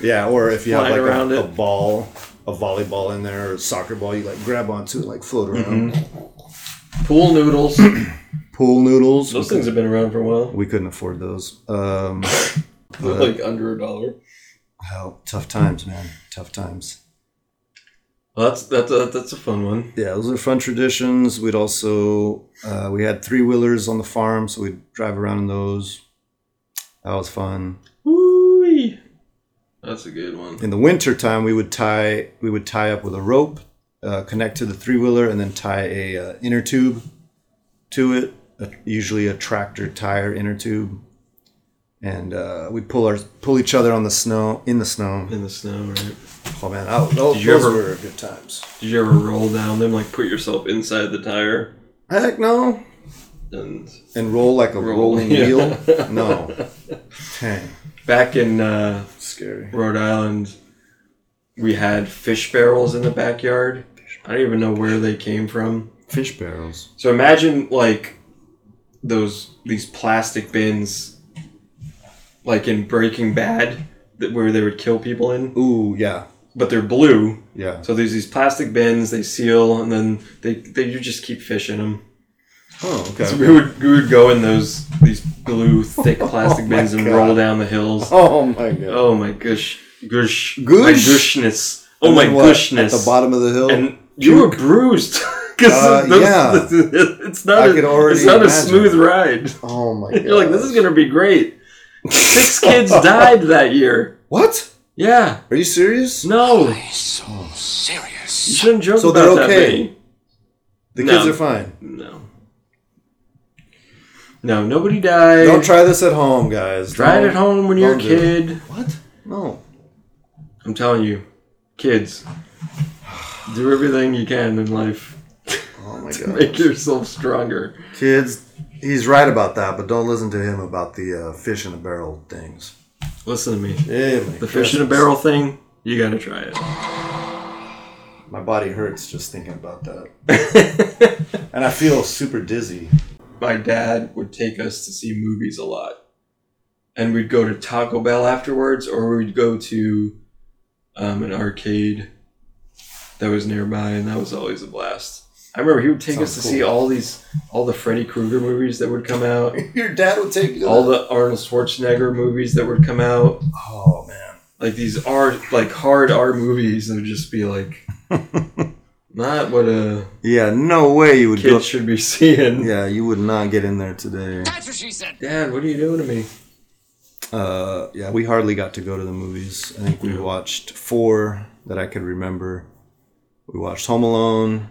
Speaker 2: Yeah, or if you have like
Speaker 1: Flying around it.
Speaker 2: a, a ball, a volleyball in there or a soccer ball, you like grab onto it, like float
Speaker 1: Mm-hmm.
Speaker 2: around.
Speaker 1: Pool <clears throat> noodles.
Speaker 2: Pool noodles.
Speaker 1: those
Speaker 2: we,
Speaker 1: things have been around for a while.
Speaker 2: we couldn't afford those. Um,
Speaker 1: They're like under a dollar.
Speaker 2: hell, tough times, man. Tough times.
Speaker 1: Well, that's that's a, that's a fun one.
Speaker 2: Yeah, those are fun traditions. We'd also uh, we had three wheelers on the farm, so we'd drive around in those. That was fun.
Speaker 1: Woo! That's a good one.
Speaker 2: In the winter time, we would tie we would tie up with a rope uh, connect to the three wheeler and then tie a uh, inner tube to it, uh, usually a tractor tire inner tube. And uh, we pull our pull each other on the snow in the snow.
Speaker 1: in the snow, right?
Speaker 2: Oh man, oh, those,
Speaker 1: Did you
Speaker 2: those
Speaker 1: ever-
Speaker 2: were good times.
Speaker 1: Did you ever roll down them, like put yourself inside the tire
Speaker 2: Heck no,
Speaker 1: and
Speaker 2: and roll like a
Speaker 1: Roll, <laughs>
Speaker 2: rolling
Speaker 1: yeah.
Speaker 2: wheel. No, dang,
Speaker 1: back in uh,
Speaker 2: scary.
Speaker 1: Rhode Island, we had fish barrels in the backyard. I don't even know where they came from.
Speaker 2: Fish barrels.
Speaker 1: So imagine like those these plastic bins, like in Breaking Bad, that where they would kill people in,
Speaker 2: Ooh, yeah,
Speaker 1: but they're blue.
Speaker 2: yeah.
Speaker 1: So there's these plastic bins they seal, and then they, they you just keep fishing them.
Speaker 2: Oh,
Speaker 1: So
Speaker 2: okay.
Speaker 1: we would we would go in those these blue thick plastic
Speaker 2: <laughs> Oh my
Speaker 1: bins and
Speaker 2: God.
Speaker 1: roll down the hills.
Speaker 2: Oh my god.
Speaker 1: Oh my gosh, gush,
Speaker 2: Goosh?
Speaker 1: my gushness. Oh
Speaker 2: And
Speaker 1: my
Speaker 2: then what,
Speaker 1: gushness.
Speaker 2: At the bottom of the hill.
Speaker 1: and you were bruised <laughs> because
Speaker 2: Uh, yeah.
Speaker 1: <laughs> it's not
Speaker 2: I
Speaker 1: a,
Speaker 2: could already
Speaker 1: it's not a
Speaker 2: imagine.
Speaker 1: smooth ride. <laughs>
Speaker 2: oh my god.
Speaker 1: You're like, this is gonna be great.
Speaker 2: <laughs>
Speaker 1: Six kids died that year.
Speaker 2: What?
Speaker 1: Yeah,
Speaker 2: Are you serious?
Speaker 1: no,
Speaker 3: Why so
Speaker 1: you
Speaker 3: serious?
Speaker 1: shouldn't joke
Speaker 2: So they're
Speaker 1: about that.
Speaker 2: okay.
Speaker 1: Benny.
Speaker 2: The
Speaker 1: No.
Speaker 2: kids are fine.
Speaker 1: No, no, nobody died.
Speaker 2: Don't try this at home, guys.
Speaker 1: Try it
Speaker 2: Don't-
Speaker 1: at home when you're a
Speaker 2: don't do it.
Speaker 1: kid.
Speaker 2: What? No.
Speaker 1: I'm telling you, kids, do everything you can in life <laughs>
Speaker 2: Oh my
Speaker 1: to make
Speaker 2: god.
Speaker 1: yourself stronger.
Speaker 2: Kids, he's right about that, but don't listen to him about the uh, fish in a barrel things.
Speaker 1: Listen to me.
Speaker 2: Yeah,
Speaker 1: The fish in a barrel thing, you gotta try it.
Speaker 2: My body hurts just thinking about that. <laughs> and I feel super dizzy.
Speaker 1: My dad would take us to see movies a lot. And we'd go to Taco Bell afterwards, or we'd go to um, an arcade that was nearby, and that was always a blast. I remember he would take us
Speaker 2: Sounds
Speaker 1: to
Speaker 2: cool.
Speaker 1: see all these, all the Freddy Krueger movies that would come out,
Speaker 2: <laughs> Your dad would take you to
Speaker 1: all the
Speaker 2: that?
Speaker 1: Arnold Schwarzenegger movies that would come out.
Speaker 2: Oh man.
Speaker 1: like these art like hard art movies that would just be
Speaker 2: <laughs>
Speaker 1: like not what a
Speaker 2: Yeah, no way you would
Speaker 1: kid should be seeing.
Speaker 2: Yeah, you would not get in there today.
Speaker 3: That's what she said.
Speaker 1: Dad, what are you doing to me?
Speaker 2: Uh, yeah, we hardly got to go to the movies. I think we
Speaker 1: Yeah.
Speaker 2: watched four that I could remember. We watched Home Alone,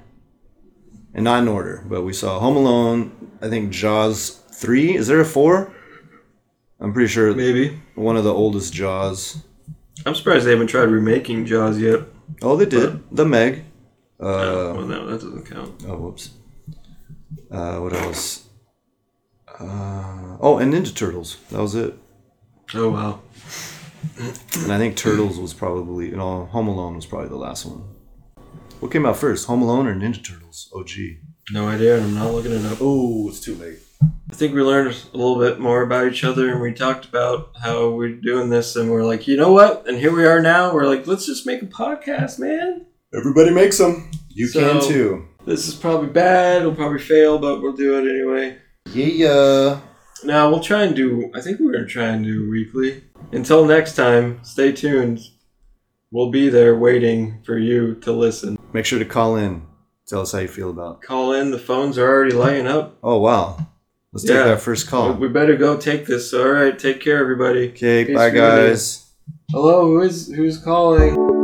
Speaker 2: and not in order, but we saw Home Alone. I think Jaws three. Is there a four? I'm pretty sure
Speaker 1: Maybe.
Speaker 2: one of the oldest Jaws.
Speaker 1: I'm surprised they haven't tried remaking Jaws yet.
Speaker 2: Oh, they did the Meg. Uh,
Speaker 1: well, no, that doesn't count.
Speaker 2: oh, whoops. Uh, what else? Uh, oh, and Ninja Turtles. That was it.
Speaker 1: Oh wow.
Speaker 2: And I think Turtles was probably, you know, Home Alone was probably the last one. What came out first, Home Alone or Ninja Turtles? Oh, OG.
Speaker 1: No idea. I'm not looking it up.
Speaker 2: Oh, it's too late.
Speaker 1: I think we learned a little bit more about each other, and we talked about how we're doing this, and we're like, you know what? And here we are now. We're like, let's just make a podcast, man.
Speaker 2: Everybody makes them. You
Speaker 1: So-
Speaker 2: can too.
Speaker 1: This is probably bad. It'll probably fail, but we'll do it anyway.
Speaker 2: Yeah.
Speaker 1: Now we'll try and do. I think we're gonna try and do weekly. Until next time, stay tuned. We'll be there waiting for you to listen.
Speaker 2: Make sure to call in. Tell us how you feel about.
Speaker 1: Call in. The phones are already lighting up.
Speaker 2: Oh wow. Let's
Speaker 1: Yeah.
Speaker 2: take that first call.
Speaker 1: We better go take this. All right. Take care, everybody.
Speaker 2: Okay,
Speaker 1: Peace
Speaker 2: bye
Speaker 1: be with you.
Speaker 2: guys.
Speaker 1: Hello. Who is who's calling?